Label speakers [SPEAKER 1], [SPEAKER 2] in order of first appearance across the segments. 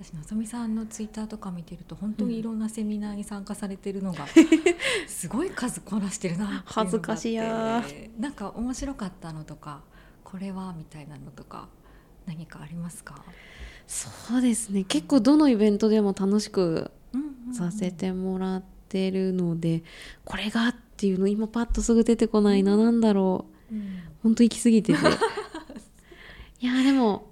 [SPEAKER 1] 私のぞみさんのツイッターとか見てると本当にいろんなセミナーに参加されてるの が、すごい数こなしてるなっていうのがあって
[SPEAKER 2] 恥ずかしや
[SPEAKER 1] なんか面白かったのとかこれはみたいなのとか何かありますか、
[SPEAKER 2] そうですね結構どのイベントでも楽しく
[SPEAKER 1] うんうんうん
[SPEAKER 2] させてもらってるので、これがっていうの今パッとすぐ出てこないな、なんだろう
[SPEAKER 1] うん
[SPEAKER 2] ほんと行き過ぎてて いやでも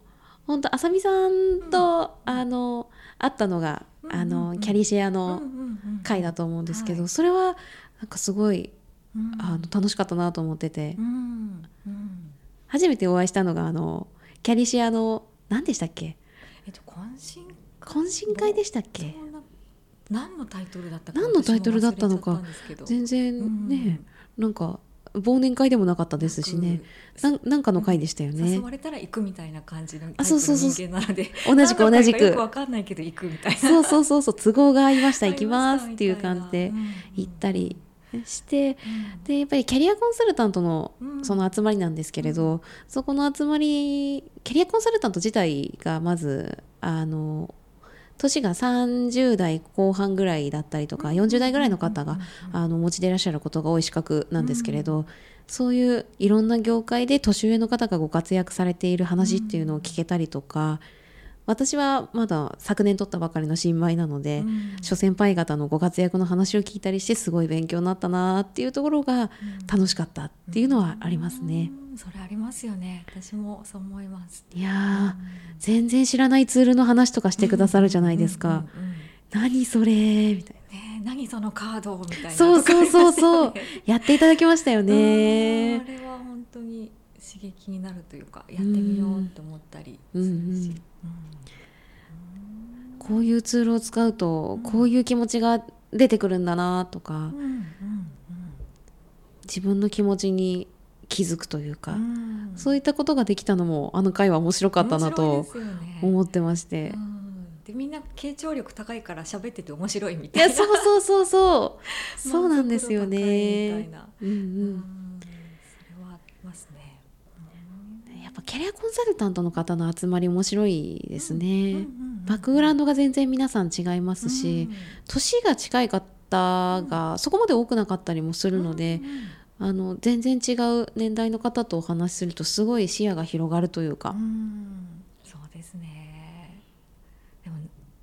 [SPEAKER 2] ほんとあさみさんと、あの会ったのが、
[SPEAKER 1] うん
[SPEAKER 2] あ
[SPEAKER 1] うんう
[SPEAKER 2] の
[SPEAKER 1] ん
[SPEAKER 2] キャリシェアの
[SPEAKER 1] うんうんうん
[SPEAKER 2] 回だと思うんですけど、
[SPEAKER 1] はい
[SPEAKER 2] それはなんかすごい
[SPEAKER 1] うん
[SPEAKER 2] あの楽しかったなと思ってて、
[SPEAKER 1] うんうん
[SPEAKER 2] 初めてお会いしたのがあのキャリシェアの何でしたっけ
[SPEAKER 1] えっと懇親
[SPEAKER 2] 懇親会でしたっけ
[SPEAKER 1] そんな何のタイトルだったか
[SPEAKER 2] 何のタイトルだったのか
[SPEAKER 1] 私も忘れちゃったんですけど
[SPEAKER 2] 全然ね、なんか忘年会でもなかったですしね
[SPEAKER 1] な
[SPEAKER 2] なんんなんかの会でしたよ
[SPEAKER 1] か誘
[SPEAKER 2] ね
[SPEAKER 1] われたら行くみたいな感じの
[SPEAKER 2] あそうそうそう
[SPEAKER 1] タイプの人間なので
[SPEAKER 2] 同じ
[SPEAKER 1] 何の
[SPEAKER 2] く同
[SPEAKER 1] 会
[SPEAKER 2] じ
[SPEAKER 1] かよ
[SPEAKER 2] く
[SPEAKER 1] くわかんないけど行くみたいな
[SPEAKER 2] そうそうそうそう都合が合いました
[SPEAKER 1] あ
[SPEAKER 2] 行きます
[SPEAKER 1] り
[SPEAKER 2] っていう感 じで行ったりして
[SPEAKER 1] みたいな
[SPEAKER 2] でやっぱりキャリアコンサルタントの
[SPEAKER 1] うん
[SPEAKER 2] その集まりなんですけれど、そこの集まりキャリアコンサルタント自体がまずあの年が30代後半ぐらいだったりとか、40代ぐらいの方が、あのお持ちでいらっしゃることが多い資格なんですけれど、そういういろんな業界で年上の方がご活躍されている話っていうのを聞けたりとか、私はまだ昨年取ったばかりの新米なので、諸先輩方のご活躍の話を聞いたりしてすごい勉強になったなっていうところが楽しかったっていうのはありますね。
[SPEAKER 1] うんそれありますよね私もそう思います
[SPEAKER 2] いやー全然知らないツールの話とかしてくださるじゃないですか。
[SPEAKER 1] うんうんうん
[SPEAKER 2] 何それみたい
[SPEAKER 1] ねえ何そのカードみたいな
[SPEAKER 2] な。そうそうそうそう
[SPEAKER 1] とかありますよね。
[SPEAKER 2] やっていただきましたよ
[SPEAKER 1] うんあ
[SPEAKER 2] ね。
[SPEAKER 1] れは本当に刺激になるというかやってみようと思ったりするし、
[SPEAKER 2] うんうんこういうツールを使うとこういう気持ちが出てくるんだなとか
[SPEAKER 1] うんうんうん
[SPEAKER 2] 自分の気持ちに気づくというか、
[SPEAKER 1] うん
[SPEAKER 2] そういったことができたのもあの回は面白かったな
[SPEAKER 1] 面白い
[SPEAKER 2] と
[SPEAKER 1] ですよね
[SPEAKER 2] 思ってまして
[SPEAKER 1] う。んでみんな傾聴力高いから喋ってて面白いみ
[SPEAKER 2] い
[SPEAKER 1] たい
[SPEAKER 2] や
[SPEAKER 1] な
[SPEAKER 2] そうそうそうそ うそうなんですよ
[SPEAKER 1] 満足度高いみたい
[SPEAKER 2] ね。
[SPEAKER 1] な、
[SPEAKER 2] うん
[SPEAKER 1] う
[SPEAKER 2] うん
[SPEAKER 1] ん、それはありますね、
[SPEAKER 2] やっぱキャリアコンサルタントの方の集まり面白いです
[SPEAKER 1] うんう
[SPEAKER 2] ね
[SPEAKER 1] ん。うん
[SPEAKER 2] バックグラウンドが全然皆さん違いますし、年が近い方がそこまで多くなかったりもす
[SPEAKER 1] う
[SPEAKER 2] る
[SPEAKER 1] ん
[SPEAKER 2] ので、
[SPEAKER 1] うんうん
[SPEAKER 2] あの全然違う年代の方とお話しするとすごい視野が広がるというか、
[SPEAKER 1] うんそうですねでも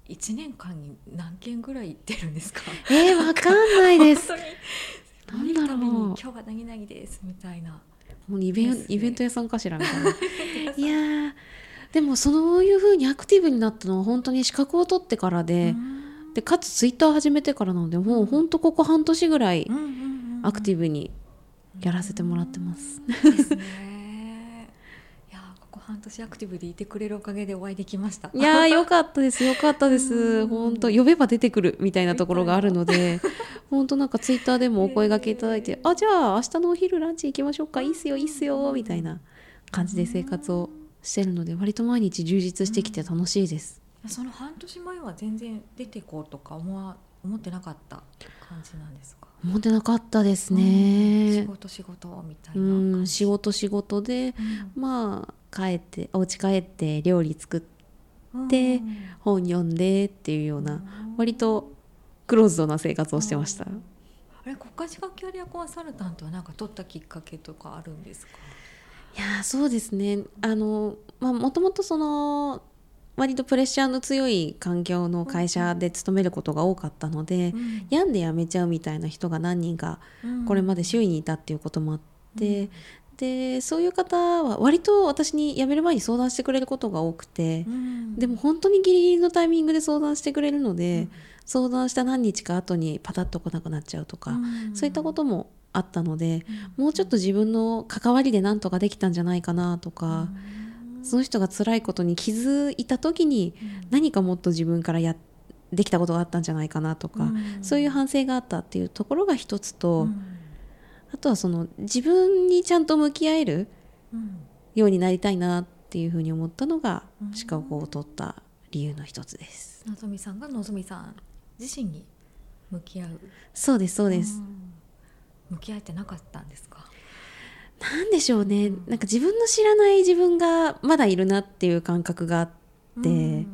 [SPEAKER 1] 一年間に何件ぐらい行ってるんですか
[SPEAKER 2] えー、わかんないです
[SPEAKER 1] 本当
[SPEAKER 2] なん
[SPEAKER 1] に
[SPEAKER 2] だろう
[SPEAKER 1] 見るたびに今日は何々ですみたいな
[SPEAKER 2] もうイベ
[SPEAKER 1] で
[SPEAKER 2] ン
[SPEAKER 1] すね
[SPEAKER 2] イベント屋さんかしらみた いないやーでもそういう風にアクティブになったのは本当に資格を取ってからで、でかつツイッター始めてからなのでもう本当ここ半年ぐらいアクティブにやらせてもらってます、
[SPEAKER 1] ィブですねいやーここ半年アクティブでいてくれるおかげでお会いできました
[SPEAKER 2] いやーよかったですよかったで
[SPEAKER 1] う
[SPEAKER 2] す
[SPEAKER 1] ん
[SPEAKER 2] 本当呼べば出てくるみたいなところがあるので本当なんかツイッターでもお声掛けいただいて「あじゃあ明日のお昼ランチ行きましょうかいいっすよいいっすよ」みたいな感じで生活をしてるので割と毎日充実してきて楽しいです。
[SPEAKER 1] その半年前は全然出てこうとか思わ思ってなかった感じなんですか、
[SPEAKER 2] 思ってなかったです
[SPEAKER 1] 仕
[SPEAKER 2] ね。
[SPEAKER 1] 事仕事みたいうな感じ
[SPEAKER 2] ん仕事仕事でまあ帰ってお家帰って料理作って
[SPEAKER 1] うん
[SPEAKER 2] で
[SPEAKER 1] うん
[SPEAKER 2] 本読んでっていうような割とクローズドな生活をしてました。
[SPEAKER 1] あれ国家資格キャリアコンサルタントはなんか取ったきっかけとかあるんですか。
[SPEAKER 2] いやーそうですねあのまあもともとその割とプレッシャーの強い環境の会社で勤めることが多かったので、病んで辞めちゃうみたいな人が何人かこれまで周囲にいたっていうこともあって、でそういう方は割と私に辞める前に相談してくれることが多くて、でも本当にギリギリのタイミングで相談してくれるので、相談した何日か後にパタッと来なくなっちゃうとか、そういったこともあったので、もうちょっと自分の関わりで何とかできたんじゃないかなとか、その人が辛いことに気づいた時に何かもっと自分からやできたことがあったんじゃないかなとか、そういう反省があったっていうところが一つと、あとはその自分にちゃんと向き合えるようになりたいなっていうふうに思ったのが
[SPEAKER 1] うん
[SPEAKER 2] 資格を取った理由の一つです。
[SPEAKER 1] のぞみさんがのぞみさん自身に向き合う。
[SPEAKER 2] そうですそうです、
[SPEAKER 1] ん向き合えてなかったんですか。
[SPEAKER 2] なんでしょうねなんか自分の知らない自分がまだいるなっていう感覚があって。
[SPEAKER 1] うん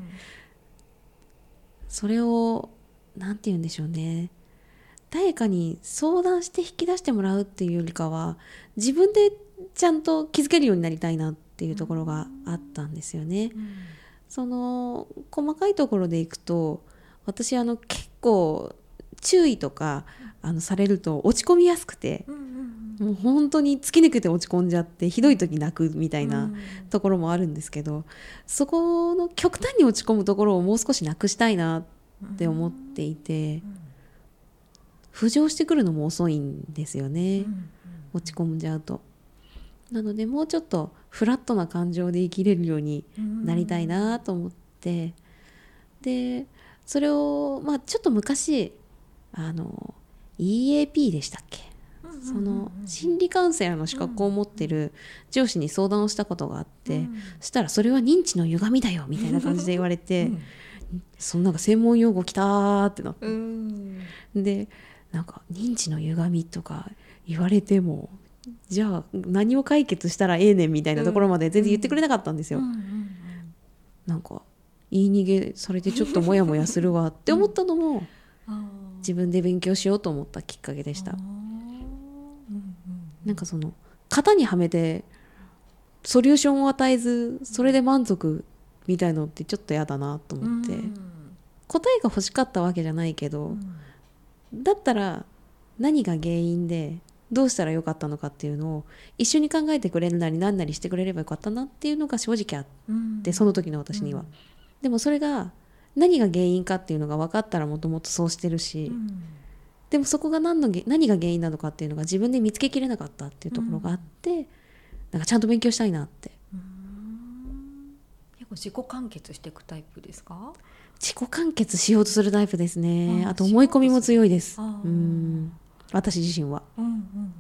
[SPEAKER 2] それを何て言うんでしょうね誰かに相談して引き出してもらうっていうよりかは自分でちゃんと気づけるようになりたいなっていうところがあったんですよね。その細かいところでいくと私あの結構注意とかあのされると落ち込みやすくて
[SPEAKER 1] うんうん
[SPEAKER 2] もう本当に突き抜けて落ち込んじゃってひどい時泣くみた
[SPEAKER 1] う
[SPEAKER 2] い
[SPEAKER 1] ん
[SPEAKER 2] なところもあるんですけどそこの極端に落ち込むところをもう少しなくしたいなって思っていて
[SPEAKER 1] うん
[SPEAKER 2] 浮上してくるのも遅いんですよ
[SPEAKER 1] う
[SPEAKER 2] ね
[SPEAKER 1] ん
[SPEAKER 2] 落ち込んじゃうと。なのでもうちょっとフラットな感情で生きれるように
[SPEAKER 1] うん
[SPEAKER 2] なりたいなと思ってでそれをまあちょっと昔あの EAP でしたっけ
[SPEAKER 1] うんうんうん
[SPEAKER 2] その心理カウンセラーの資格を持ってる上司に相談をしたことがあって、
[SPEAKER 1] うん
[SPEAKER 2] そしたらそれは認知の歪みだよみたいな感じで言われて、
[SPEAKER 1] うん
[SPEAKER 2] そのなんか専門用語きたーってなって、
[SPEAKER 1] うん
[SPEAKER 2] でなんか認知の歪みとか言われてもじゃあ何を解決したらええねんみたいなところまで全然言ってくれなかったんですよ。
[SPEAKER 1] うんうん
[SPEAKER 2] なんか言い逃げされてちょっとモヤモヤするわって思ったのも
[SPEAKER 1] うん
[SPEAKER 2] 自分で勉強しようと思ったきっかけでした
[SPEAKER 1] あー。うんうん
[SPEAKER 2] なんかその型にはめてソリューションを与えずそれで満足みたいのってちょっと嫌だなと思って、
[SPEAKER 1] うん
[SPEAKER 2] 答えが欲しかったわけじゃないけど、だったら何が原因でどうしたらよかったのかっていうのを一緒に考えてくれるなり何なりしてくれればよかったなっていうのが正直あっ
[SPEAKER 1] うん
[SPEAKER 2] てその時の私には、でもそれが何が原因かっていうのが分かったらもともとそうしてるし、
[SPEAKER 1] うん
[SPEAKER 2] でもそこが何のげ何が原因なのかっていうのが自分で見つけきれなかったっていうところがあって、なんかちゃんと勉強したいなって
[SPEAKER 1] 結構自己完結していくタイプですか
[SPEAKER 2] 自己完結しようとするタイプですね
[SPEAKER 1] あ
[SPEAKER 2] あと思い込みも強いです
[SPEAKER 1] あー
[SPEAKER 2] うん私自身は
[SPEAKER 1] うんうんうんうんうん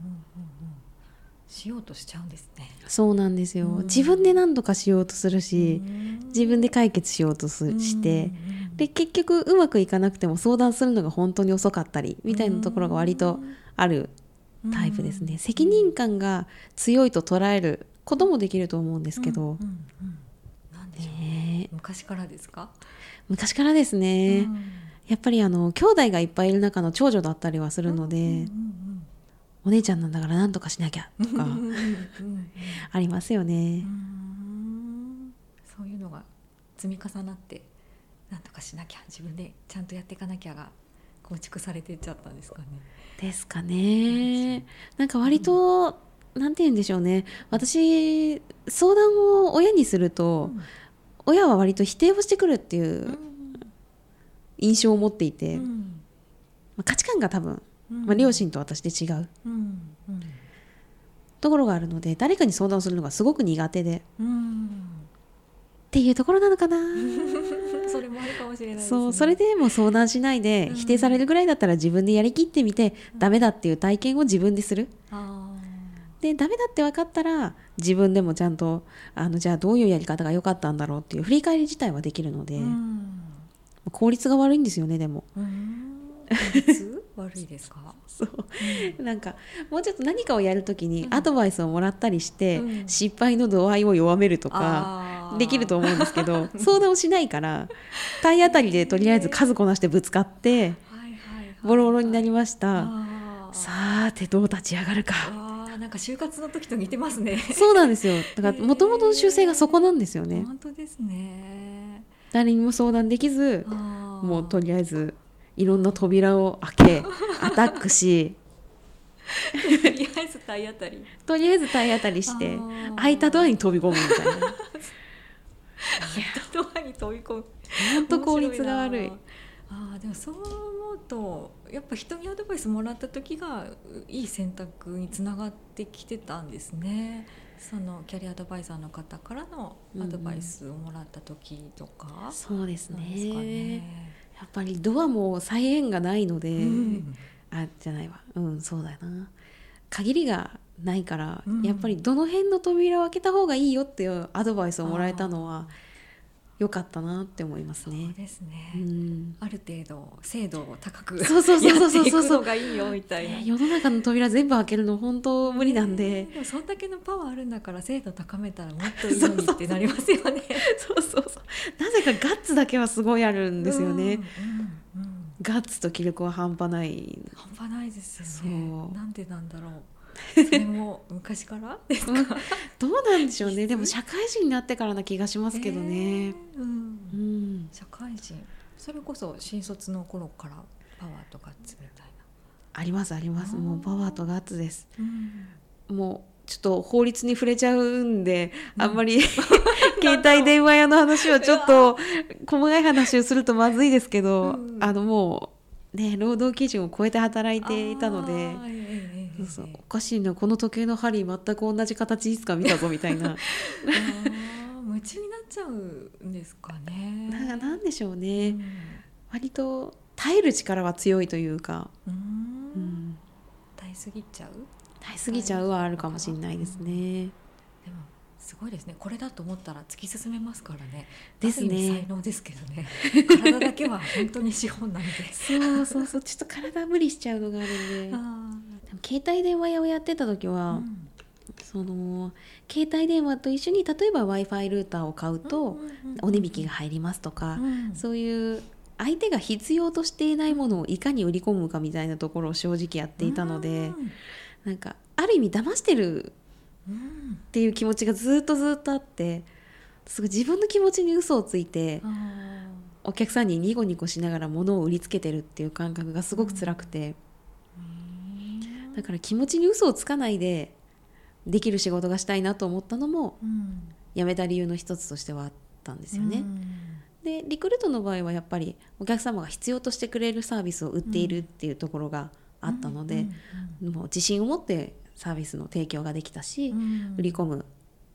[SPEAKER 1] しようとしちゃうんですね
[SPEAKER 2] そうなんですよ、
[SPEAKER 1] うん
[SPEAKER 2] 自分で何とかしようとするし、自分で解決しようとす
[SPEAKER 1] うん
[SPEAKER 2] して、
[SPEAKER 1] うん
[SPEAKER 2] で結局うまくいかなくても相談するのが本当に遅かったりみたいなところが割とあるタイプですね、
[SPEAKER 1] うん
[SPEAKER 2] 責任感が強いと捉えることもできると思うんですけど
[SPEAKER 1] うん、うんうんなんでしょうね
[SPEAKER 2] ねえ
[SPEAKER 1] 昔からですか、
[SPEAKER 2] 昔からですね、やっぱりあの兄弟がいっぱいいる中の長女だったりはするので、
[SPEAKER 1] うん
[SPEAKER 2] お姉ちゃんなんだから何とかしなきゃと
[SPEAKER 1] うんうん
[SPEAKER 2] か
[SPEAKER 1] うんうんうん
[SPEAKER 2] ありますよ
[SPEAKER 1] う
[SPEAKER 2] ね
[SPEAKER 1] ー、んそういうのが積み重なってなんとかしなきゃ自分でちゃんとやっていかなきゃが構築されていっちゃったんですかね。
[SPEAKER 2] ですかねなんか割と、なんて言うんでしょうね私相談を親にすると、親は割と否定をしてくるっていう印象を持っていて、まあ価値観が多分、まあ、両親と私で違う
[SPEAKER 1] うんうん
[SPEAKER 2] ところがあるので誰かに相談をするのがすごく苦手でっ
[SPEAKER 1] うん
[SPEAKER 2] ていうところなのかな
[SPEAKER 1] うんそれもあるかもしれないです、ね、
[SPEAKER 2] そうそれでもう相談しないで
[SPEAKER 1] うん
[SPEAKER 2] 否定されるぐらいだったら自分でやりきってみて、ダメだっていう体験を自分でする
[SPEAKER 1] あ
[SPEAKER 2] でダメだって分かったら自分でもちゃんとあのじゃあどういうやり方が良かったんだろうっていう振り返り自体はできるので、
[SPEAKER 1] ー、うん
[SPEAKER 2] 効率が悪いんですよねでも
[SPEAKER 1] うん、いつ悪いですか、
[SPEAKER 2] そうなんかもうちょっと何かをやるときにアドバイスをもらったりして、
[SPEAKER 1] うん
[SPEAKER 2] 失敗の度合いを弱めるとか
[SPEAKER 1] あー
[SPEAKER 2] できると思うんですけ ど相談をしないから体当たりでとりあえず数こなしてぶつかって
[SPEAKER 1] はいはいはい
[SPEAKER 2] ボロボロになりました。
[SPEAKER 1] あー
[SPEAKER 2] さーてどう立ち上が るか
[SPEAKER 1] あーなんか就活の時と似てますね。
[SPEAKER 2] そうなんですよだからもともとの修正がそこなんですよね
[SPEAKER 1] 本当ですね。
[SPEAKER 2] 誰にも相談できずも
[SPEAKER 1] も
[SPEAKER 2] うとりあえずいろんな扉を 開けアタックし
[SPEAKER 1] とりあえず体当たり
[SPEAKER 2] とりあえず体当たりして
[SPEAKER 1] あー
[SPEAKER 2] 開い たドアに飛び込むみたいな
[SPEAKER 1] ドアに飛び込む
[SPEAKER 2] ほんと効率が悪い
[SPEAKER 1] 面白なあーでもそう思うとやっぱ人にアドバイスもらった時がういい選択につながってきてたんですねそのキャリアアドバイザーの方からのアドバイスをもらった時とか、
[SPEAKER 2] そうです
[SPEAKER 1] なんですか
[SPEAKER 2] ね
[SPEAKER 1] ね。
[SPEAKER 2] やっぱりドアも再縁がないので、
[SPEAKER 1] うん
[SPEAKER 2] あじゃないわうんそうだよな限りがないから、
[SPEAKER 1] うん
[SPEAKER 2] やっぱりどの辺の扉を開けた方がいいよっていうアドバイスをもらえたのは良かったなって思います
[SPEAKER 1] そう
[SPEAKER 2] ね。
[SPEAKER 1] ですね、
[SPEAKER 2] うん
[SPEAKER 1] ある程度精度を高く
[SPEAKER 2] そうそうそうそうそ
[SPEAKER 1] やっ
[SPEAKER 2] う
[SPEAKER 1] ていくのがいいよみたいな
[SPEAKER 2] ね世の中の扉全部開けるの本当無理なん
[SPEAKER 1] ね
[SPEAKER 2] で、
[SPEAKER 1] もそんだけのパワーあるんだから精度高めたらもっといいのにってなりますよね。
[SPEAKER 2] そうそうそうなぜかガッツだけはすごいあるんですよね、
[SPEAKER 1] うん。うんうん
[SPEAKER 2] ガッツと気力は半端ない
[SPEAKER 1] 半端ないですよね
[SPEAKER 2] そ。う
[SPEAKER 1] なんでなんだろう。それも昔からですか。
[SPEAKER 2] どうなんでしょうねでも社会人になってからな気がしますけどね、
[SPEAKER 1] えーうん
[SPEAKER 2] うん
[SPEAKER 1] 社会人それこそ新卒の頃からパワーとかつみたい
[SPEAKER 2] ありますありま
[SPEAKER 1] あ
[SPEAKER 2] す
[SPEAKER 1] ー
[SPEAKER 2] もうパワーとガッツです
[SPEAKER 1] な。
[SPEAKER 2] もうちょっと法律に触れちゃうんで、
[SPEAKER 1] うん
[SPEAKER 2] あんま り 携帯電話屋の話はちょっと細かい話をするとまずいですけど、
[SPEAKER 1] うん
[SPEAKER 2] あのもうね労働基準を超えて働いていたので
[SPEAKER 1] あー。ええええええ
[SPEAKER 2] そうそうおかしいなこの時計の針全く同じ形いつか見たぞみたいな
[SPEAKER 1] あー夢中になっちゃうんですかね。
[SPEAKER 2] なんかなんでしょう
[SPEAKER 1] う
[SPEAKER 2] ね、
[SPEAKER 1] ん
[SPEAKER 2] 割と耐える力は強いというか、
[SPEAKER 1] う。
[SPEAKER 2] うんん、
[SPEAKER 1] 耐えすぎちゃう。
[SPEAKER 2] 耐えすぎちゃうはあるかもしれないですね。
[SPEAKER 1] でもすごいですねこれだと思ったら突き進めますからね
[SPEAKER 2] ですね
[SPEAKER 1] ある意味才能ですけどね体だけは本当に資本なんで
[SPEAKER 2] そうそうそうちょっと体無理しちゃうのがあるんででも
[SPEAKER 1] あ
[SPEAKER 2] 携帯電話屋をやってた時
[SPEAKER 1] あ、
[SPEAKER 2] は、
[SPEAKER 1] うん
[SPEAKER 2] その携帯電話と一緒に例えば w i f i ルーターを買うとお値引きが、入りますとか、
[SPEAKER 1] うん
[SPEAKER 2] そういう相手が必要としていないものをいかに売り込むかみたいなところを正直やっていたので、なんかある意味騙してる
[SPEAKER 1] うんうん
[SPEAKER 2] っていう気持ちがずっとずっとあってすごい自分の気持ちに嘘をついて
[SPEAKER 1] あ
[SPEAKER 2] お客さんにニコニコしながら物を売りつけてるっていう感覚がすごく辛くて、
[SPEAKER 1] ー
[SPEAKER 2] だから気持ちに嘘をつかないでできる仕事がしたいなと思ったのも
[SPEAKER 1] うん
[SPEAKER 2] 辞めた理由の一つとしてはあったんですよね。
[SPEAKER 1] うん
[SPEAKER 2] でリクルートの場合はやっぱりお客様が必要としてくれるサービスを売っているっていうところがあったので、もう自信を持ってサービスの提供ができたし、
[SPEAKER 1] うんうん
[SPEAKER 2] 売り込む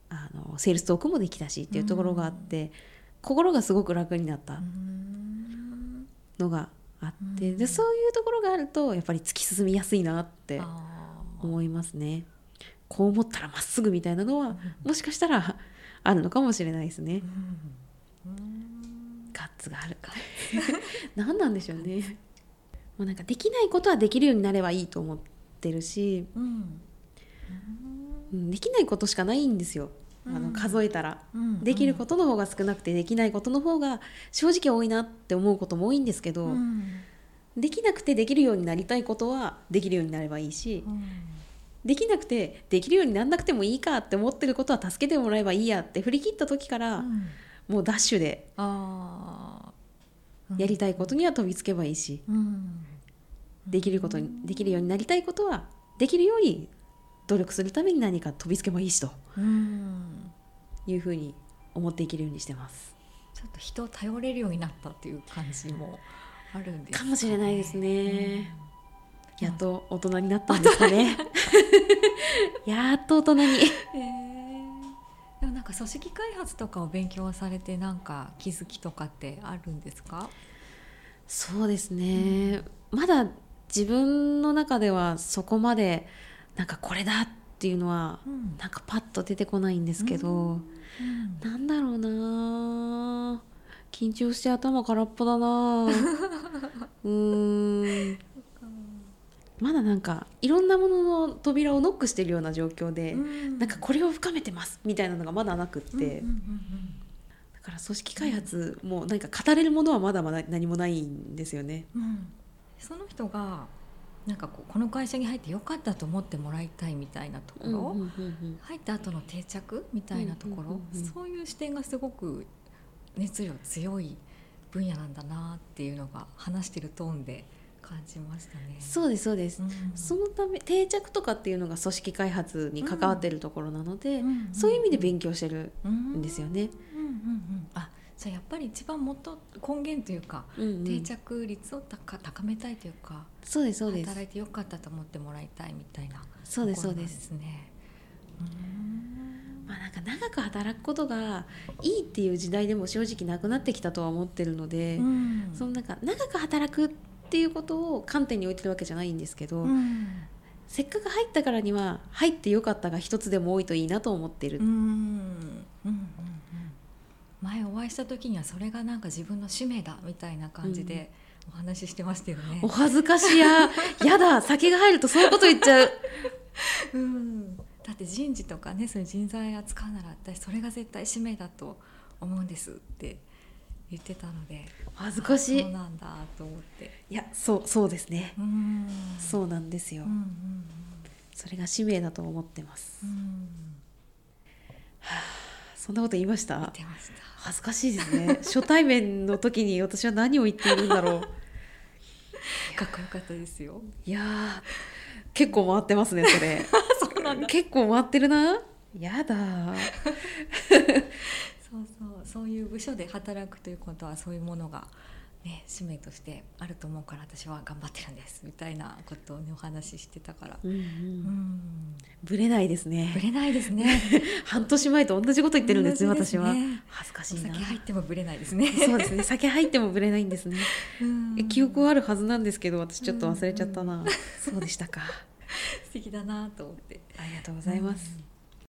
[SPEAKER 2] あのセールストークもできたしっていうところがあって、心がすごく楽になった
[SPEAKER 1] うん
[SPEAKER 2] のがあって、
[SPEAKER 1] うん
[SPEAKER 2] でそういうところがあるとやっぱり突き進みやすいなって
[SPEAKER 1] あー
[SPEAKER 2] 思いますね。こう思ったらまっすぐみたいなのはもしかしたらあるのかもしれないですね
[SPEAKER 1] う。んうん
[SPEAKER 2] ガッツがあ るか何なんでしょうねもうなんかできないことはできるようになればいいと思ってるし、
[SPEAKER 1] うん
[SPEAKER 2] うん、できないことしかないんですよあ
[SPEAKER 1] う
[SPEAKER 2] の
[SPEAKER 1] ん
[SPEAKER 2] 数えたら、
[SPEAKER 1] うん
[SPEAKER 2] できることの方が少なくてできないことの方が正直多いなって思うことも多いんですけど、
[SPEAKER 1] うん
[SPEAKER 2] できなくてできるようになりたいことはできるようになればいいし、
[SPEAKER 1] うん
[SPEAKER 2] できなくてできるようになんなくてもいいかって思ってることは助けてもらえばいいやって振り切った時から、
[SPEAKER 1] うん
[SPEAKER 2] もうダッシュで
[SPEAKER 1] あー
[SPEAKER 2] やりたいことには飛びつけばいいし、
[SPEAKER 1] うん
[SPEAKER 2] できることにできるようになりたいことはできるように努力するために何か飛びつけばいいしと
[SPEAKER 1] うん
[SPEAKER 2] いうふうに思っていけるようにしてます。
[SPEAKER 1] ちょっと人を頼れるようになったっていう感じもあるんです
[SPEAKER 2] かもしれないですね
[SPEAKER 1] うん
[SPEAKER 2] やっと大人になったんですか ね。やっと大人に。
[SPEAKER 1] うんへーでもなんか組織開発とかを勉強されてなんか気づきとかってあるんですか
[SPEAKER 2] そうですね。まだ自分の中ではそこまでなんかこれだっていうのは
[SPEAKER 1] うん
[SPEAKER 2] なんかパッと出てこないんですけど。なんだろうな緊張して頭空っぽだ なうーんまだなんかいろんなものの扉をノックしてるような状況で、なんかこれを深めてますみたいなのがまだなくって、
[SPEAKER 1] うんうん
[SPEAKER 2] だから組織開発もなんか語れるものはまだまだ何もないんですよね。
[SPEAKER 1] うんうんその人がなんかこうこの会社に入ってよかったと思ってもらいたいみたいなところ、
[SPEAKER 2] うんうんうん
[SPEAKER 1] 入った後の定着みたいなところ、
[SPEAKER 2] うんうんうんうん
[SPEAKER 1] そういう視点がすごく熱量強い分野なんだなっていうのが話してるトーンで感じましたね。
[SPEAKER 2] そうですそうです、
[SPEAKER 1] うん
[SPEAKER 2] そのため定着とかっていうのが組織開発に関わってるところなので、
[SPEAKER 1] ん
[SPEAKER 2] そういう意味で勉強してる
[SPEAKER 1] うん
[SPEAKER 2] んですよね。
[SPEAKER 1] うんうんうんあじゃあやっぱり一番元根源というか、
[SPEAKER 2] うんうん
[SPEAKER 1] 定着率を高高めたいというか
[SPEAKER 2] そうですそうです
[SPEAKER 1] 働いてよかったと思ってもらいたいみたいな
[SPEAKER 2] そうです
[SPEAKER 1] とこ
[SPEAKER 2] そう
[SPEAKER 1] ろなん
[SPEAKER 2] で、
[SPEAKER 1] ですすね。うん
[SPEAKER 2] まあ、なんか長く働くことがいいっていう時代でも正直なくなってきたとは思ってるので、
[SPEAKER 1] うん
[SPEAKER 2] そのなんか長く働くっていうことを観点に置いてるわけじゃないんですけど、
[SPEAKER 1] うん
[SPEAKER 2] せっかく入ったからには入ってよかったが一つでも多いといいなと思ってる、
[SPEAKER 1] うんうんうんうんう前お会いした時にはそれがなんか自分の使命だみたいな感じでお話ししてましたよね
[SPEAKER 2] お。恥ずかし ややだ酒が入るとそういうこと言っちゃう
[SPEAKER 1] うん、だって人事とかねそういう人材扱うなら私それが絶対使命だと思うんですって言ってたので
[SPEAKER 2] 恥ずかし
[SPEAKER 1] あ
[SPEAKER 2] い
[SPEAKER 1] そうなんだと思って。
[SPEAKER 2] いやそうそうですね
[SPEAKER 1] うん
[SPEAKER 2] そうなんですよ、
[SPEAKER 1] うんうん
[SPEAKER 2] それが使命だと思ってます
[SPEAKER 1] うんうん
[SPEAKER 2] そんなこと言いまし
[SPEAKER 1] 言ったてました
[SPEAKER 2] 恥ずかしいですね初対面の時に私は何を言っているんだろう
[SPEAKER 1] かっこよかったですよ
[SPEAKER 2] いやー結構回ってますねそ れ
[SPEAKER 1] そうなんだ
[SPEAKER 2] 結構回ってるなやだー
[SPEAKER 1] そうそうそういう部署で働くということはそういうものが、ね、使命としてあると思うから私は頑張ってるんですみたいなことを、ね、お話ししてたから、
[SPEAKER 2] うんう
[SPEAKER 1] うんん、
[SPEAKER 2] ぶれないですね
[SPEAKER 1] ぶれないです ね
[SPEAKER 2] 半年前と同じこと言ってるんですね
[SPEAKER 1] 同じです
[SPEAKER 2] 私
[SPEAKER 1] ね
[SPEAKER 2] は恥ずかし
[SPEAKER 1] お
[SPEAKER 2] いな
[SPEAKER 1] 酒入ってもぶれないですね
[SPEAKER 2] そうですね酒入ってもぶれないんですね
[SPEAKER 1] うん
[SPEAKER 2] え記憶はあるはずなんですけど私ちょっと忘れちゃったな、そうでしたか
[SPEAKER 1] 素敵だなと思って
[SPEAKER 2] ありがとうございます、
[SPEAKER 1] うん